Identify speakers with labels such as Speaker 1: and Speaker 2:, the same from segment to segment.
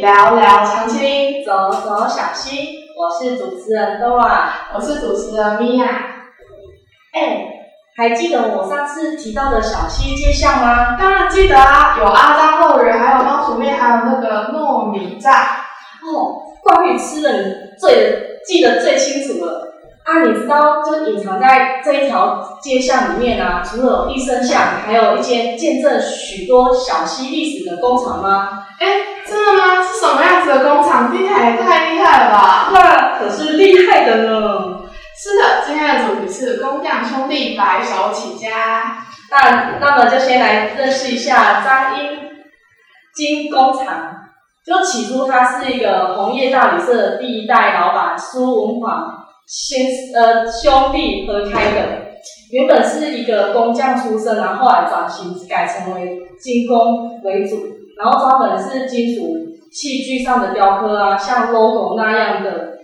Speaker 1: 聊聊长青，
Speaker 2: 走走小溪，我是主持人 Dora。
Speaker 1: 我是主持人米娅。
Speaker 2: 哎，还记得我上次提到的小溪街巷吗？
Speaker 1: 当然记得啊，有阿张肉圆，还有猫薯面，还有那个糯米炸。
Speaker 2: 哦，关于吃的，你最记得最清楚了。啊，你知道，就是隐藏在这一条街巷里面啊，除了有益生巷，还有一间见证许多小溪历史的工厂吗？
Speaker 1: 哎，真的吗？是什么样子的工厂？听起来也太厉害了吧！
Speaker 2: 那可是厉害的呢。
Speaker 1: 是的，今天的主题是工匠兄弟白手起家。
Speaker 2: 那那么就先来认识一下张英金工厂。就起初，他是一个红叶大旅社的第一代老板苏文煌先呃兄弟合开的。原本是一个工匠出身，然后后来转型改成为精工为主，然后专门是金属器具上的雕刻啊，像 logo 那样的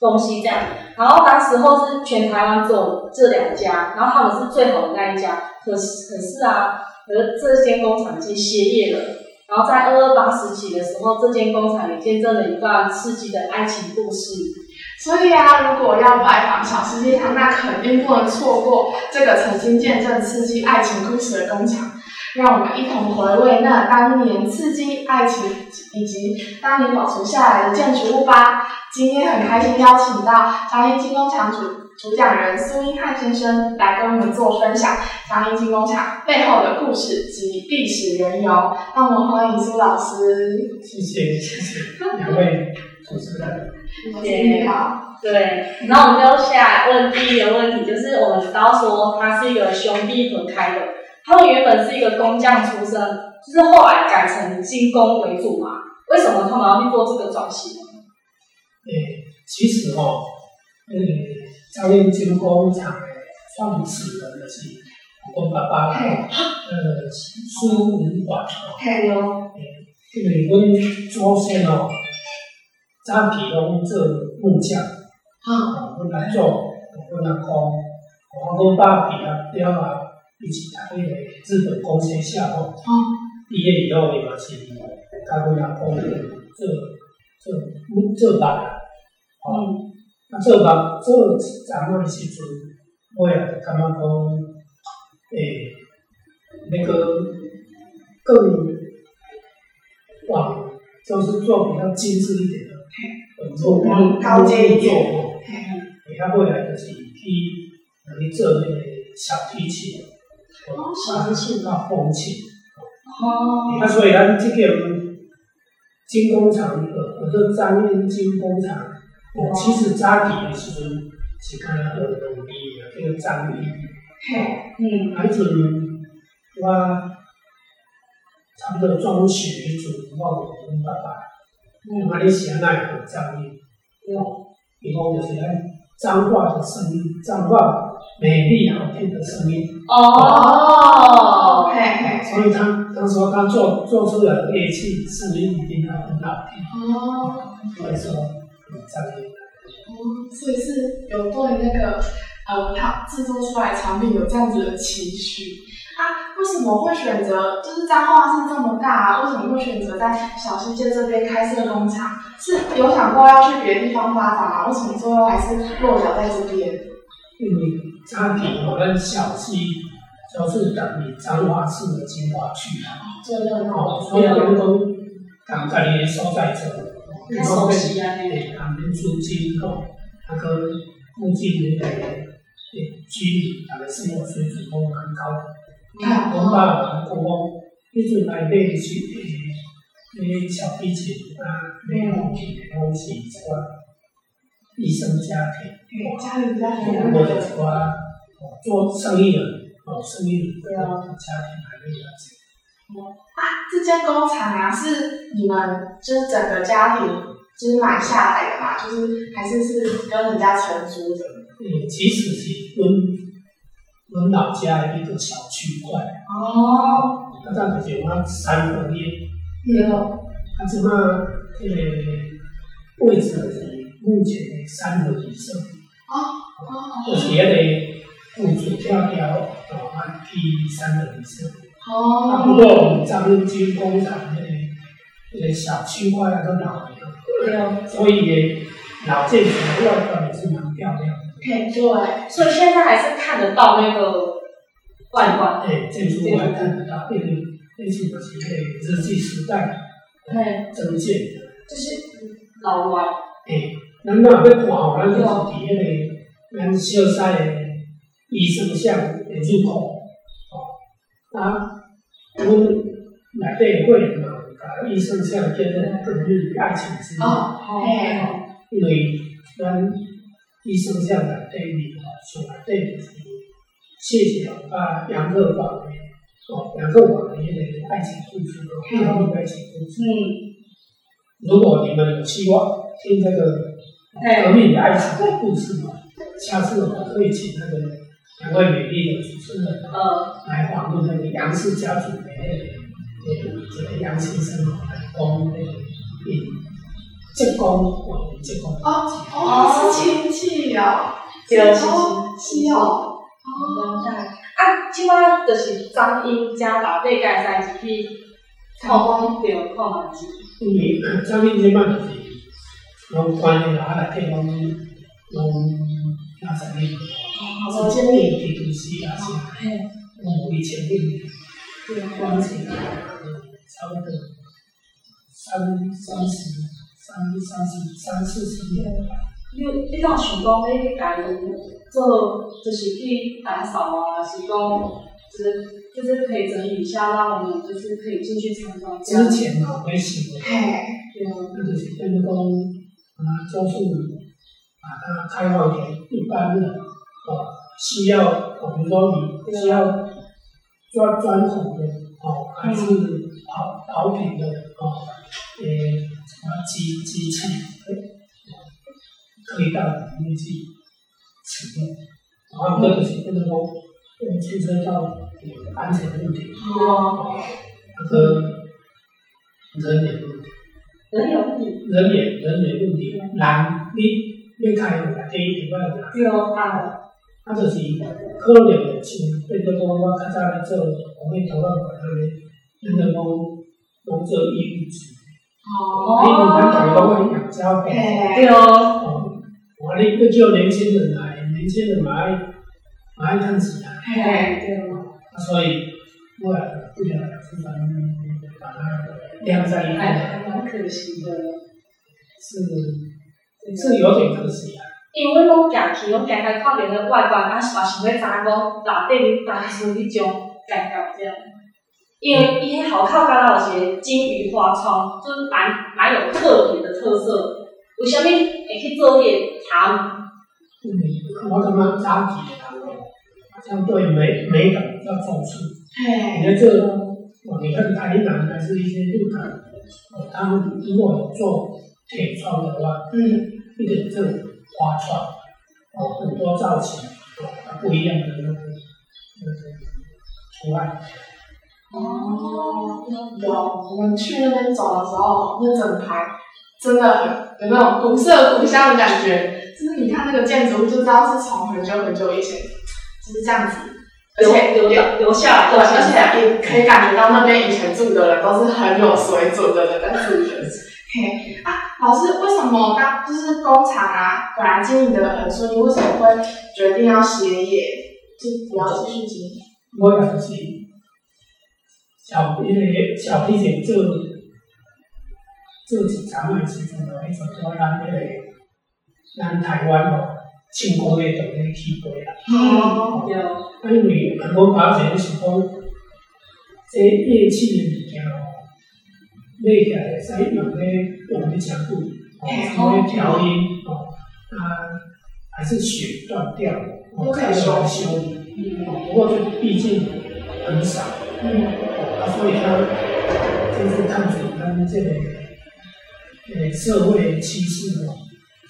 Speaker 2: 东西这样。然后当时候是全台湾只有这两家，然后他们是最好的那一家。可是可是啊，可是这间工厂已经歇业了。然后在二二八时期的时候，这间工厂也见证了一段刺激的爱情故事。
Speaker 1: 所以啊，如果要拜访小吃街堂，那肯定不能错过这个曾经见证刺激爱情故事的工厂。让我们一同回味那当年刺激爱情以及当年保存下来的建筑物吧。今天很开心邀请到长英金工厂主主讲人苏英汉先生来跟我们做分享长英金工厂背后的故事及历史缘由。让我们欢迎苏老师。
Speaker 3: 谢谢谢谢两位主持人。
Speaker 1: 老师你好。
Speaker 2: 对，然后我们就下来问第一个问题，就是我们知道说他是一个兄弟合开的，他们原本是一个工匠出身，就是后来改成精工为主嘛，为什么他们要去做这个转型？
Speaker 3: 诶、其实哦，嗯，张燕金工厂的创始人就是我爸爸啦，
Speaker 1: 嘿，
Speaker 3: 呃，苏文华哦，
Speaker 1: 嘿哟，
Speaker 3: 因为阮祖先哦，早期拢做木匠，
Speaker 1: 好，
Speaker 3: 哦，阮阿祖，阮阿公，我阮爸毕业了啊，一起读迄个日本工学校哦，毕业以后伊嘛是甲阮阿公做做木做板啊，哦。
Speaker 2: 嗯，
Speaker 3: 啊，做目做一站仔的时阵，我也就感觉讲，诶、那个更往就是做比较精致一点的，嗯做
Speaker 1: 嗯高阶一点
Speaker 3: 做过。
Speaker 1: 嘿，
Speaker 3: 诶，啊，未来就是去来做那个小提琴，
Speaker 2: 哦小提琴
Speaker 3: 啊，风琴。
Speaker 2: 哦，
Speaker 3: 啊，所以咱即个金工厂，呃，我说张燕金工厂，我其实早期的时阵是干那个农民啊，这个张力，
Speaker 1: 嘿，
Speaker 2: 嗯，
Speaker 3: 啊，迄阵我差不多中学迄阵，我有问阮爸爸，
Speaker 2: 嗯，
Speaker 3: 啊，你是安那会张力？
Speaker 2: 有，
Speaker 3: 伊讲就是咱彰化的声音，彰化美丽好听的声音，
Speaker 2: 哦，
Speaker 1: 嘿嘿，
Speaker 3: 所以他当时他做做出来的乐器声音一定要很好听。
Speaker 1: 哦。
Speaker 3: 所以说很张力。
Speaker 1: 哦，所以是有对那个呃，它制作出来的产品有这样子的期许。啊，为什么会选择就是彰化是这么大、啊，为什么会选择在小世界这边开设工厂？啊是有想过要去别的地方发展吗？为什么最后还是落脚在这边？
Speaker 3: 因为彰平我们小溪就是等于彰化市的精华区啊，
Speaker 2: 这个
Speaker 3: 哦，所以人都讲家己的所在做，
Speaker 2: 太熟悉啊，那个，
Speaker 3: 诶，他们租金吼，那个附近那个诶居民，他们生活水准都蛮高的。
Speaker 1: 看
Speaker 3: 我爸爸讲讲，迄阵来买去诶，诶小提琴啊，买乐器的拢是一寡医生家庭。
Speaker 1: 给家里比较
Speaker 3: 我
Speaker 1: 有那
Speaker 3: 们的
Speaker 1: 个
Speaker 3: 说啊，哦做生意的，哦，生意的对啊，家庭还是要紧。
Speaker 1: 啊，这间工厂啊，是你们就是整个家庭就是买下来的嘛？就是还是是跟人家承租的？
Speaker 3: 嗯，其实是阮阮老家的一个小区块，
Speaker 1: 哦，
Speaker 3: 啊，咱就是我三合一，
Speaker 1: 有。
Speaker 3: 啊，即马迄个位置是目前的三合一社，
Speaker 1: 哦
Speaker 3: 就是迄个雇主跳跳哦，啊，去三合一社。啊，不
Speaker 1: 哦，
Speaker 3: 过我们张金工厂迄个这个小青蛙啊都老了，
Speaker 2: 对哦，
Speaker 3: 所以也老建筑的外观也是蛮漂亮的。
Speaker 1: 嘿，对，
Speaker 2: 所以现在还是看得到那个外观。
Speaker 3: 哎，建筑外看得到，因为那是我是哎日据时代
Speaker 2: 对，
Speaker 3: 增建的。
Speaker 2: 就是老外。
Speaker 3: 哎，咱若要看吼，咱就是伫迄个咱小西的医生巷的入口，吼啊，阮内底会员嘛，把医生巷叫做更日爱情之路。
Speaker 1: 哦，嘿，
Speaker 3: 因为咱医生向内底面吼，所内底就是谢谢啊杨乐宝的哦，杨乐宝的迄个爱情故事哦，各种爱情故事。
Speaker 2: 嗯，
Speaker 3: 如果你们有希望听这个革命的爱情的故事嘛，下次我们可以请那个两位美丽的主持人
Speaker 2: 呃，
Speaker 3: 来访问那个杨氏家族的那个这个杨先生哦，来讲那个嗯，职工，我们职工。
Speaker 1: 哦，哦，是亲戚哦，
Speaker 2: 对，是
Speaker 1: 哦，是哦，
Speaker 2: 哦，啊，即摆就是张英家老爸家在一去透风着看嘛是，
Speaker 3: 因为咱恁即摆就是拢关系啦，啊内底拢拢那啥物，
Speaker 1: 哦
Speaker 3: 所以即个地主是也是
Speaker 2: 嘿，
Speaker 3: 拢有伊前面
Speaker 2: 对，
Speaker 3: 关系啦，差不多三三十三三十三四十年吧。
Speaker 2: 你你当想讲你家己做就是去打扫啊，是讲就是就是可以整理一下，让我们就是可以进去参观这样
Speaker 3: 之。前嘛，我也想过，
Speaker 1: 嘿，
Speaker 3: 那就是变成讲啊，就是把它开放给一般人啊，需要我们说你需要专专属的哦，还是跑跑品的哦，呃，什么机机器可以到里面去使用，然后这个是变成说呃，牵涉到安全问题，
Speaker 2: 哦，
Speaker 3: 和人也问题。
Speaker 2: 人有你，
Speaker 3: 人也人也问题，人你你开有内底以外有人，
Speaker 2: 对啊，
Speaker 3: 啊，就是可能有像变做讲我较早咧做红会头浪馆安尼，变做讲拢做义务制，
Speaker 1: 哦，
Speaker 2: 哦
Speaker 3: 因为咱大家拢爱养家活，
Speaker 1: 嘿，
Speaker 2: 对哦，
Speaker 3: 哦，我咧要叫年轻人来，年轻人嘛爱嘛爱趁钱啊，
Speaker 2: 嘿，
Speaker 1: 嘿，
Speaker 2: 对哦，
Speaker 3: 啊，所以我也不了是咱把它晾在一
Speaker 2: 还
Speaker 3: 边，
Speaker 2: 还蛮可惜的，
Speaker 3: 是
Speaker 2: 对
Speaker 3: 是有点可惜啊。
Speaker 2: 因为拢行去，拢行到看面的外观，啊，是嘛想要知影讲内底恁当初迄种感觉这样。因为伊迄后口敢若有一个金鱼花窗，就是蛮蛮有特别的特色。为啥物会去做迄个茶
Speaker 3: 嗯，我他妈扎起来了，这样呃对美美感比较重视。你
Speaker 1: 嘿，
Speaker 3: 看这个，哦，你看台南还是一些日本，哦，他们如果做铁窗的话，
Speaker 1: 嗯，
Speaker 3: 一点这种花窗，哦，很多造型，哦，不一样的那个那个图案，
Speaker 1: 哦，有，我们去那边走的时候，那整排真的很有那种古色古香的感觉，就是你看那个建筑物就知道是从很久很久以前就是这样子，而
Speaker 2: 留
Speaker 1: 且
Speaker 2: 留
Speaker 1: 也
Speaker 2: 留留下来？
Speaker 1: 对，而且也可以感觉到那边以前住的人都是很有水准的人在住的。嘿啊，老师，为什么当就是工厂啊，本来经营的很顺利，为什么会决定要歇业，就不要继续经营？
Speaker 3: 我也是小因为小提琴做做一场的时阵，迄阵我咱迄个咱台湾哦，庆功业就咧起飞啦。
Speaker 1: 哦
Speaker 2: 嗯，对，
Speaker 3: 啊，因为很多保险是讲，这乐器的物件哦，买起来会使用咧用咧强度，哦，用咧调音哦，啊，还是血断掉，
Speaker 1: 都可以修
Speaker 3: 修理。哦不过就毕竟很少，
Speaker 1: 嗯，
Speaker 3: 啊，所以他就是看准他们这个呃社会趋势哦，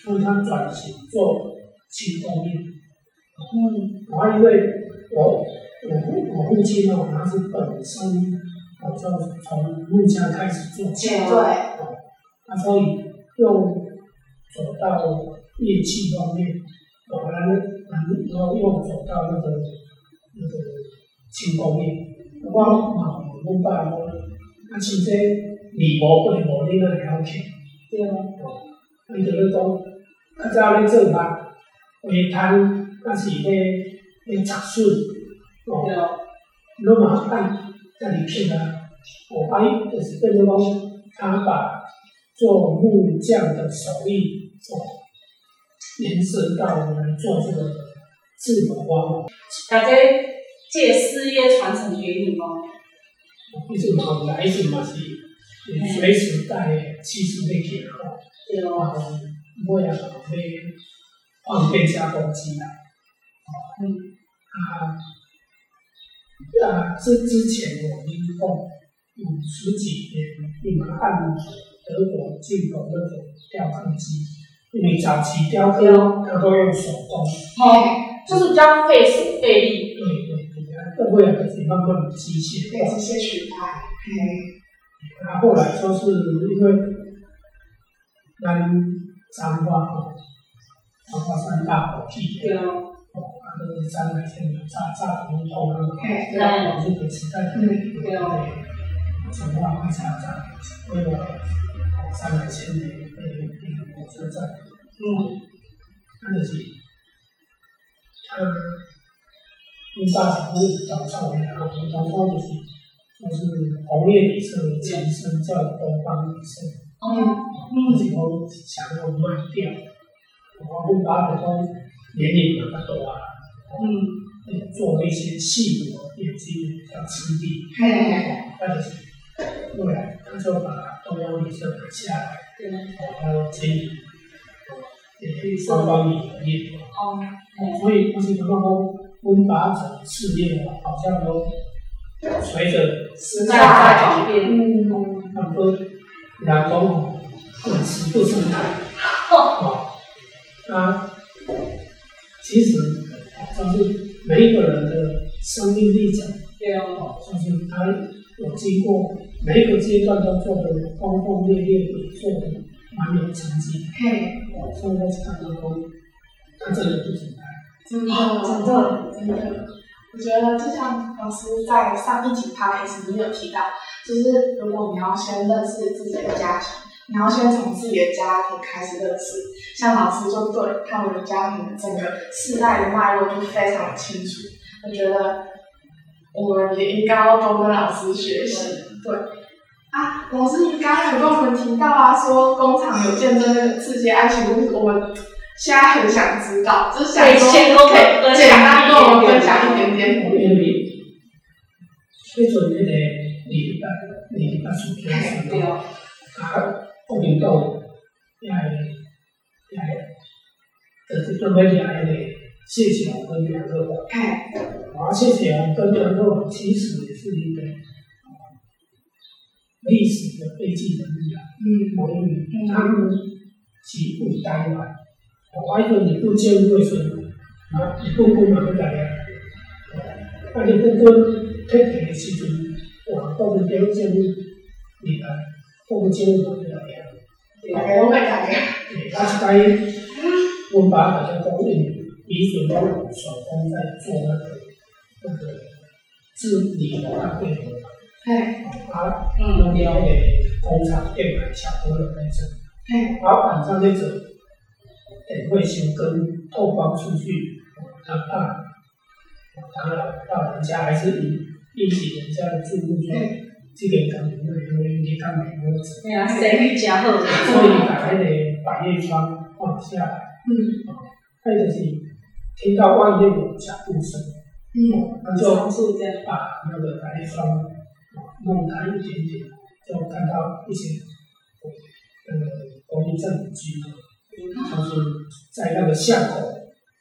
Speaker 3: 所以他转型做轻工业。
Speaker 2: 嗯，
Speaker 3: 然后因为我我父我父亲哦，他是本身好像从陆家开始做起，
Speaker 2: 嗯
Speaker 1: 对，对，
Speaker 3: 他所以又走到乐器方面，哦，然后然后又走到那个那个轻工业，我嘛问爸我，啊，像这离无过无你哪会晓去？
Speaker 2: 对啊，
Speaker 3: 伊就咧讲，较早咧做目，会摊，那是咧咧插水，哦
Speaker 2: 对，啊，
Speaker 3: 侬嘛爱家己去啊，哦，啊伊就是变成讲，他把做木匠的手艺哦，延伸到我们做这个字母啊花，
Speaker 2: 大家这个事业传承给你哦。
Speaker 3: 一直嘛来啊一直嘛是呃随时带技术咧去哦。
Speaker 2: 对哦，
Speaker 3: 啊，我也想要放变加工机啦。
Speaker 2: 嗯，
Speaker 3: 啊，啊，之之前我们共有十几年有按德国进口那种雕刻机，因为早期雕刻它都用手工，
Speaker 2: 哦，就是比较费时费力。
Speaker 3: 对对对，啊，到后来开始慢慢的机械
Speaker 1: 被这
Speaker 3: 化，
Speaker 1: 些取代。嘿，
Speaker 3: 啊，后来说是因为咱彰化吼，彰化三大火器。
Speaker 2: 对哦，
Speaker 3: 哦，那个三百天的炸炸的乌冬啊，
Speaker 1: 嘿
Speaker 3: 那我就期待
Speaker 1: 嗯，
Speaker 2: 对哦，
Speaker 3: 成化快炸炸，为了三百千年被那个火车站，
Speaker 2: 嗯，
Speaker 3: 那个是他一大小物早上来啊，我早上就是就是红叶里色前身叫东方里色，
Speaker 2: 哦，
Speaker 3: 那是我想要卖掉，我会把它都年龄把它都啊。
Speaker 2: 嗯，
Speaker 3: 做一些细活，眼睛比较吃力，
Speaker 1: 嘿嘿，
Speaker 3: 但是后来他就把东方米色拿下来，
Speaker 2: 对哦，
Speaker 3: 然后经营双方米的业务，
Speaker 2: 哦，
Speaker 3: 所以不是刚刚温把整事业啊，好像都随着
Speaker 1: 时
Speaker 2: 代
Speaker 1: 代在
Speaker 2: 在改
Speaker 1: 改
Speaker 2: 变
Speaker 1: 变。嗯，
Speaker 3: 那个人工哦，滚石不生态，哦，啊，其实就是每一个人的生命力讲。
Speaker 2: 对哦，
Speaker 3: 哦，就是他有经过每一个阶段都做的轰轰烈烈的，做的蛮有成绩。
Speaker 1: 嘿，
Speaker 3: 哦，所以我是看到说，他这个不简单。
Speaker 1: 真的，
Speaker 2: 真的
Speaker 1: 真的。我觉得就像老师在上一集 p o d c 也有提到，就是如果你要先认识自己的家庭，你要先从自己的家庭开始认识。像老师就对他们的家庭的整个世代的脉络就非常清楚。我觉得我们也应该要多跟老师学习。对啊，老师，你刚刚有跟我们提到啊，说工厂有见证那个刺激爱情故事，我们现在很想知道，就是想
Speaker 2: 可以
Speaker 1: 说
Speaker 2: 先跟我们
Speaker 1: 可以
Speaker 2: 分
Speaker 1: 简
Speaker 2: 享
Speaker 1: 单
Speaker 2: 一
Speaker 1: 跟我们
Speaker 2: 点
Speaker 1: 分享一点点。
Speaker 3: 因为迄阵迄个二八二八
Speaker 1: 嗯
Speaker 3: 事件时
Speaker 2: 对
Speaker 3: 阵，
Speaker 2: 哦，
Speaker 3: 啊，国民党也也就是准备掠迄个谢小跟梁克华。
Speaker 1: 哎，
Speaker 3: 华谢铁啊，跟梁洛瓦其实也是一个历史的背景人物啊，
Speaker 1: 嗯，
Speaker 3: 我认为他们极不呆板，我一个你不见为什么啊，一步步嘛不来啊，啊，你不滚退退的时阵，哇，我们表现你啊，我们见嘛不来啊。
Speaker 2: 对
Speaker 1: 大
Speaker 2: 哦，
Speaker 1: 概我们大概，
Speaker 3: 他是该温把好像都用鼻水都手工在做那个那个治理的那规模，
Speaker 1: 哎，
Speaker 3: 啊，
Speaker 2: 嗯，
Speaker 3: 弄
Speaker 2: 对
Speaker 3: 掉
Speaker 2: 哦，
Speaker 3: 给工厂店买小朋友那种，
Speaker 1: 哎，
Speaker 3: 老板上那种，得会先跟透光出去，他怕，当然到人家还是引引起人家的注目，说这个可能因为你干美国，所
Speaker 2: 对啊，生意真好，
Speaker 3: 以把那个百叶窗放下来。
Speaker 1: 嗯
Speaker 3: 那个是听到外面有脚步声，
Speaker 1: 嗯，
Speaker 3: 他就
Speaker 2: 处这样，
Speaker 3: 把那个白霜弄开一点点，就看到一些呃国民政府机构，就是在那个巷口，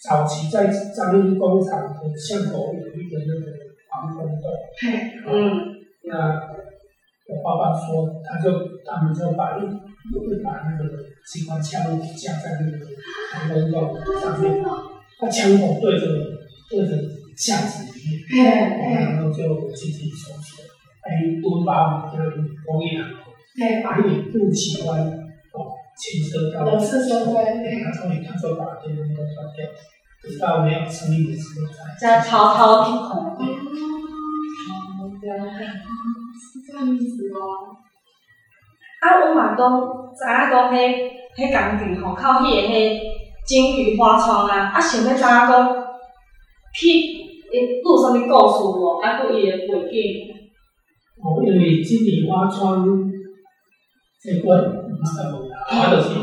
Speaker 3: 早期在张一工厂的巷口有一个那个防空洞，
Speaker 1: 嘿，
Speaker 2: 嗯，
Speaker 3: 那我爸爸说，他就他们就把一会把那个机关枪架在那个防空洞上面，他枪口对着对着巷子里
Speaker 1: 嘿，
Speaker 3: 面，
Speaker 1: 嘿，
Speaker 3: 然后就进行搜索，哎，多巴胺跟博雅，
Speaker 1: 嘿，
Speaker 3: 把你不喜欢哦，牵涉到
Speaker 1: 我是说对嘿
Speaker 3: 他终于他就把这个东西关掉，直到没有声音的时候才
Speaker 2: 这样滔滔不孔，
Speaker 1: 哦，
Speaker 2: 哦，对啊，
Speaker 1: 是这样子哦。
Speaker 2: 啊，阮嘛讲，知影讲迄迄工具吼，靠迄个迄金鱼花窗啊，啊，想要知影讲，去伊有啥物故事无？啊，佮伊个背景，
Speaker 3: 哦，因为今年我穿这款唔捌无啦，我就是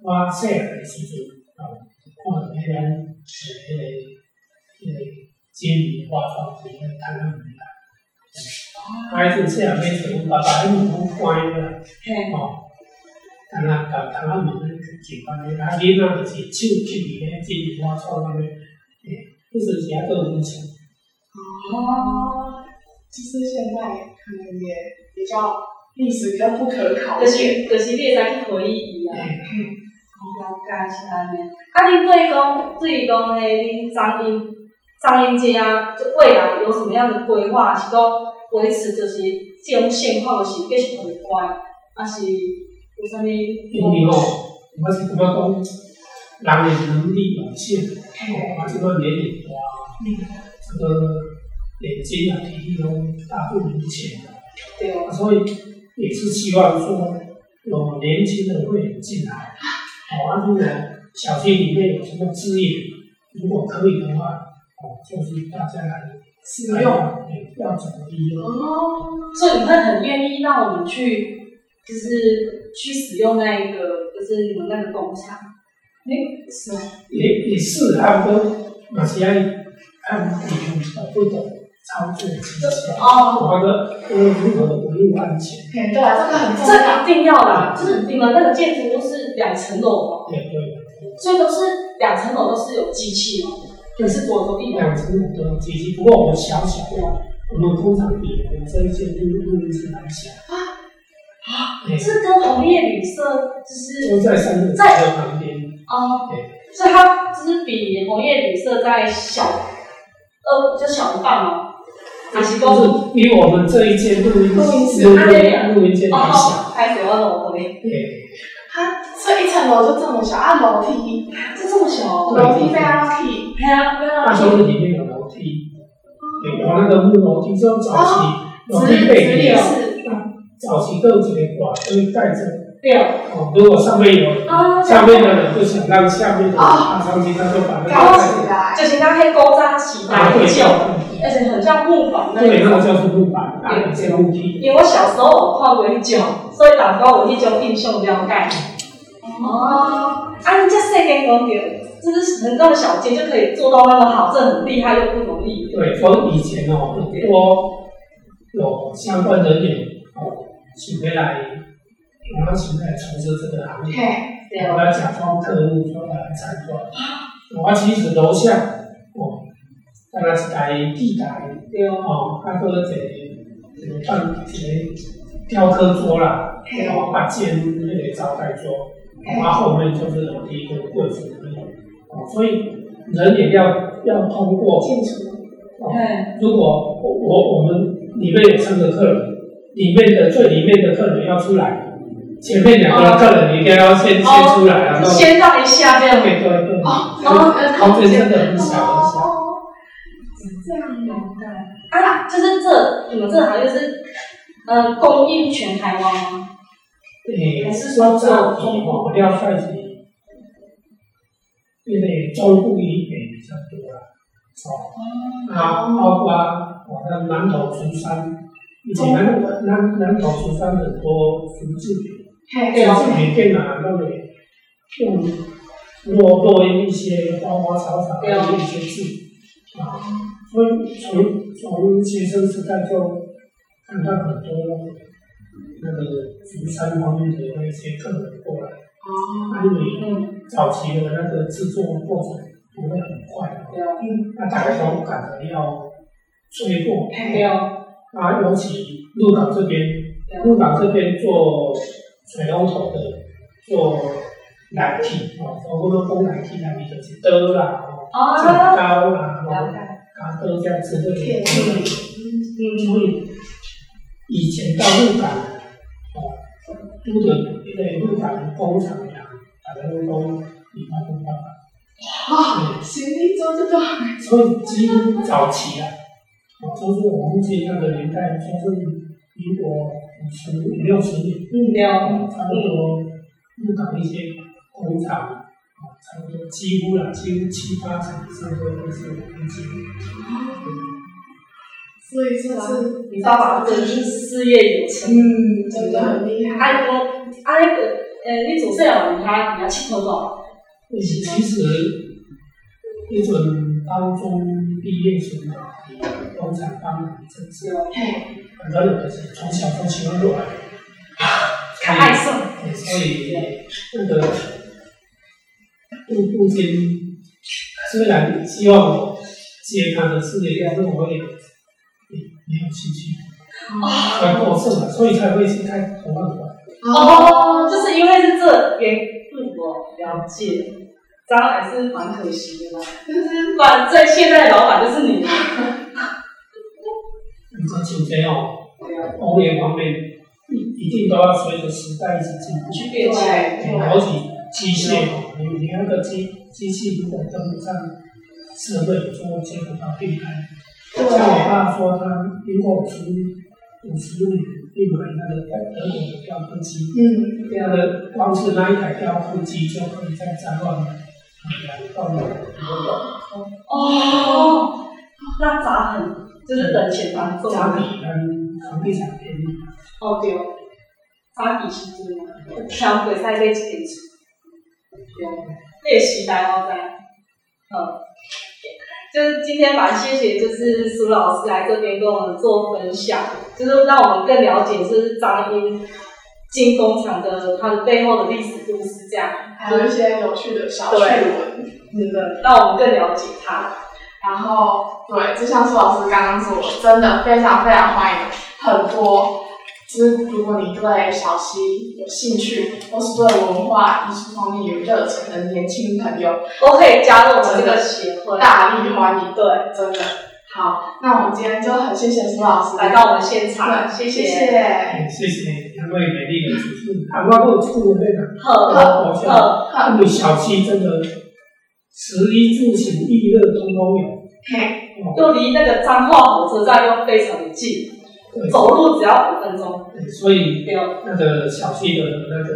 Speaker 3: 我细汉诶时阵，哦，看到迄个迄个迄个金鱼花窗伫咧摊仔面啦，啊，迄阵细汉买找阮爸爸，迄门拢关啦。
Speaker 2: 嘿，
Speaker 3: 哦，当然，当当然，门咧情况咧，啊，囡仔就是手去咧，真花草安尼，诶，迄阵时还够有钱，
Speaker 2: 哦，
Speaker 1: 就是现在可能也比较历史比较不可考
Speaker 2: 就
Speaker 1: 一些。
Speaker 2: 是就是你会使去回忆伊啊。
Speaker 3: 诶，
Speaker 2: 了解是安尼。啊，你对讲对讲诶，恁张英张英街啊，就未来有什么样的规划？是讲维持就是这种现况，就是继续维管，还是有啥物？
Speaker 3: 因为吼，我是感觉讲，人诶能力有限，
Speaker 1: 嘿
Speaker 3: 啊，即个年龄大，这个眼睛啊、体力都大不如前，
Speaker 2: 对，
Speaker 3: 啊，所以也是希望说有年轻的会员进来，哦，啊，如果小区里面有什么资源，如果可以的话，哦，就是大家来
Speaker 1: 使用。
Speaker 3: 哎要怎么利用？
Speaker 1: 哦，
Speaker 2: 所以你会很愿意让我们去，就是去使用那一个，就是你们那个工厂。
Speaker 1: 诶，是
Speaker 3: 也也是啊，我嘛是爱看你有不懂操作技巧，
Speaker 1: 哦，
Speaker 3: 我的我如何维护安全？
Speaker 1: 嘿，对啊，这个很重要。
Speaker 2: 这一定要的啊，就是你们那个建筑都是两层楼嘛，
Speaker 3: 对对，
Speaker 2: 所以都是两层楼都是有机器嘛，可是我隔壁
Speaker 3: 两层楼的机器，不过我们小小的，我们通常比我们这一些录录音室来小，对，
Speaker 2: 是跟红叶旅社就是
Speaker 3: 就在三个车旁边。
Speaker 2: 哦
Speaker 3: 对，
Speaker 2: 所以它就是比红叶旅社在小，呃，就小一半嘛，还是
Speaker 3: 就
Speaker 2: 公
Speaker 3: 是比我们这一间录音
Speaker 1: 录音
Speaker 3: 室
Speaker 1: 室
Speaker 3: 录
Speaker 2: 它那
Speaker 3: 音录音间还小，
Speaker 2: 哦，还是二楼后面，
Speaker 3: 对，
Speaker 1: 它所以一层楼就这么小，按楼梯，
Speaker 2: 就这么小哦。
Speaker 1: 楼梯非常 key。
Speaker 2: 对啊，对
Speaker 3: 大
Speaker 2: 啊，
Speaker 3: 学里面有楼梯，对，有那个木楼梯，就早期楼
Speaker 1: 直
Speaker 3: 梯
Speaker 1: 直
Speaker 3: 背
Speaker 1: 立
Speaker 3: 面，
Speaker 1: 式，
Speaker 3: 早期都有一个管，就会盖着。
Speaker 2: 对
Speaker 3: 哦，如果上面有，
Speaker 2: 啊，
Speaker 3: 下面的人不想让下面的人爬上去，他就把那
Speaker 1: 盖
Speaker 3: 个
Speaker 1: 起来。
Speaker 2: 就是那黑勾扎起来
Speaker 3: 拿
Speaker 2: 很
Speaker 3: 啊对
Speaker 2: 久，
Speaker 3: 角，
Speaker 2: 而且很像木板那
Speaker 3: 对，那
Speaker 2: 种
Speaker 3: 个。叫做木板，啊，有这木梯。
Speaker 2: 因为我小时候有看过迄种，所以大家有迄种印象了解。哦，啊，你这细间公园，就是很那么小间就可以做到那么好，这很厉害又不容易。
Speaker 3: 对，我以前哦，很多有相关人员哦，请回来，然后请来从事这个行业。
Speaker 1: 嘿，
Speaker 2: 对
Speaker 3: 我
Speaker 2: 啊，
Speaker 3: 要假装客户说来参观，我其实楼下哦，当然是台地台
Speaker 2: 对啊，
Speaker 3: 哦，啊，搁一个一个放一个雕刻桌啦，
Speaker 1: 嘿
Speaker 3: 然后八间那个招待桌，然后后面就是楼梯跟柜子而已哦，所以人也要要通过
Speaker 1: 进出。
Speaker 3: 哦。
Speaker 2: 哎，
Speaker 3: 如果我我我们里面有三个客人，里面的最里面的客人要出来，前面两个客人你应该要先先
Speaker 2: 哦
Speaker 3: 出来，然后。
Speaker 2: 先让一下这样。
Speaker 3: 对对对，
Speaker 1: 哦
Speaker 3: 然后空间真的很小很小。
Speaker 1: 哦，是这样的。
Speaker 2: 啊，就是这你们这行业是，呃，供应全台湾吗？
Speaker 3: 诶，还是说这中国料算是，因为中部以北比较多啦，哦，啊，包括我的南投竹山，以前南南南投竹山很多竹制品，
Speaker 1: 嘿，
Speaker 3: 电制品店啊，那里用落落一些花花草草的一些字啊，所以从从学生时代就看到很多那个竹山方面的那一些客人过来，啊
Speaker 1: 哦，
Speaker 3: 因为
Speaker 2: 嗯，
Speaker 3: 早期的那个制作过程不会很快嘛，
Speaker 2: 对啊，
Speaker 3: 那大家都赶着要催货，
Speaker 2: 对
Speaker 1: 嘿，
Speaker 2: 啊，
Speaker 3: 啊，尤其鹿港这边，鹿港这边做水龙头的，做奶体哦，我们讲奶啊体，奶体就是刀啦、哦剪
Speaker 2: 啊，
Speaker 3: 刀啦、
Speaker 2: 了
Speaker 3: 哦
Speaker 2: 解，
Speaker 3: 卡刀这样子的。
Speaker 1: 铁
Speaker 3: 嗯，所以以前到鹿港，哦，都得那个鹿港工厂呀，把那个工你发工办法。
Speaker 1: 啊，行李桌这个，
Speaker 3: 所以几乎早期啊，哦，就是我们这样的年代，就是民国十五六十年，
Speaker 2: 嗯，有，
Speaker 3: 差不多入港一些工厂，啊差不多几乎啦，几乎七八成以上都都是我们自己。
Speaker 1: 所以就是
Speaker 2: 你爸爸真的是事业有成。
Speaker 1: 嗯，真的很厉害。
Speaker 2: 啊，我啊，那个，呃，你自细汉有遐有遐佚佗无？
Speaker 3: 其实那阵高中毕业时候，工厂帮忙这些，
Speaker 2: 是哦，
Speaker 1: 嘿，
Speaker 3: 很多人是从小都喜欢过啊来，
Speaker 2: 较爱耍。
Speaker 3: 对所以那个父父亲虽然希望我接他的事业，但是我也也没有兴趣，
Speaker 1: 哦，
Speaker 3: 很过剩了，所以才会去开同乐馆。
Speaker 1: 嗯
Speaker 2: 哦，就是因为是这缘故，我了解。当然还是蛮可惜的啦。
Speaker 1: 就是
Speaker 2: 反正现在的老板就是你。
Speaker 3: 你说请谁哦？
Speaker 2: 对啊，
Speaker 3: 工业方面一一定都要随着时代一起进步。
Speaker 2: 去
Speaker 1: 对
Speaker 2: 变迁。
Speaker 3: 有好几机械哦，你你那个机机器如果跟不上社会，就会接不到订单。像我爸说，他经过五十五十五年去买那个德国的雕刻机，
Speaker 1: 嗯，
Speaker 3: 那个光是那一台雕刻机就可以在三万买到两
Speaker 2: 哦，那咋很就是等钱当做
Speaker 3: 张比跟房地产便宜。
Speaker 2: 哦对，早起是真啊，超过赛买一点厝，对，这个时代我知。嗯，就是今天蛮谢谢，就是苏老师来这边跟我们做分享，就是让我们更了解就是张英进工厂的它的背后的历史故事这样。
Speaker 1: 还有一些有趣的小趣闻。
Speaker 2: 真的，让我们更了解它。
Speaker 1: 然后，对，就像苏老师刚刚说，啊真的非常非常欢迎很多。就是如果你对小溪有兴趣，或是对文化艺术方面有热忱的年轻朋友，
Speaker 2: 都可以加入我们这个协会。
Speaker 1: 大力欢迎，
Speaker 2: 对，
Speaker 1: 真的。好，那我们今天就很谢谢苏老师
Speaker 2: 来到我们现场，谢
Speaker 1: 谢
Speaker 2: 谢。
Speaker 1: 谢。
Speaker 3: 哎谢谢两位美丽的主持人，啊，我有出那个，
Speaker 2: 呵
Speaker 3: 我
Speaker 2: 呵
Speaker 3: 叫
Speaker 2: 呵，
Speaker 1: 好，
Speaker 3: 你小七真的，食衣住行娱乐通通有。
Speaker 1: 嘿，
Speaker 3: 哦，
Speaker 2: 又离那个彰化火车站又非常的近，
Speaker 3: 对
Speaker 2: 走路只要五分钟。
Speaker 3: 对，所以
Speaker 2: 对哦，
Speaker 3: 那个小区的那个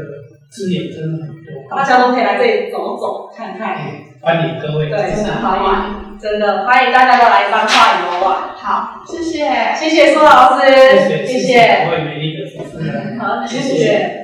Speaker 3: 资源真的很多，
Speaker 2: 大家都可以来这里走走看看，
Speaker 3: 哎欢迎各位。
Speaker 2: 对
Speaker 1: 真的好玩。
Speaker 2: 真的欢迎大家都来彰化游玩。
Speaker 1: 好，谢谢。
Speaker 2: 谢谢苏老
Speaker 3: 谢谢
Speaker 2: 师，
Speaker 3: 谢谢各位美丽的主持人。
Speaker 2: 好，谢
Speaker 3: 谢
Speaker 2: 谢。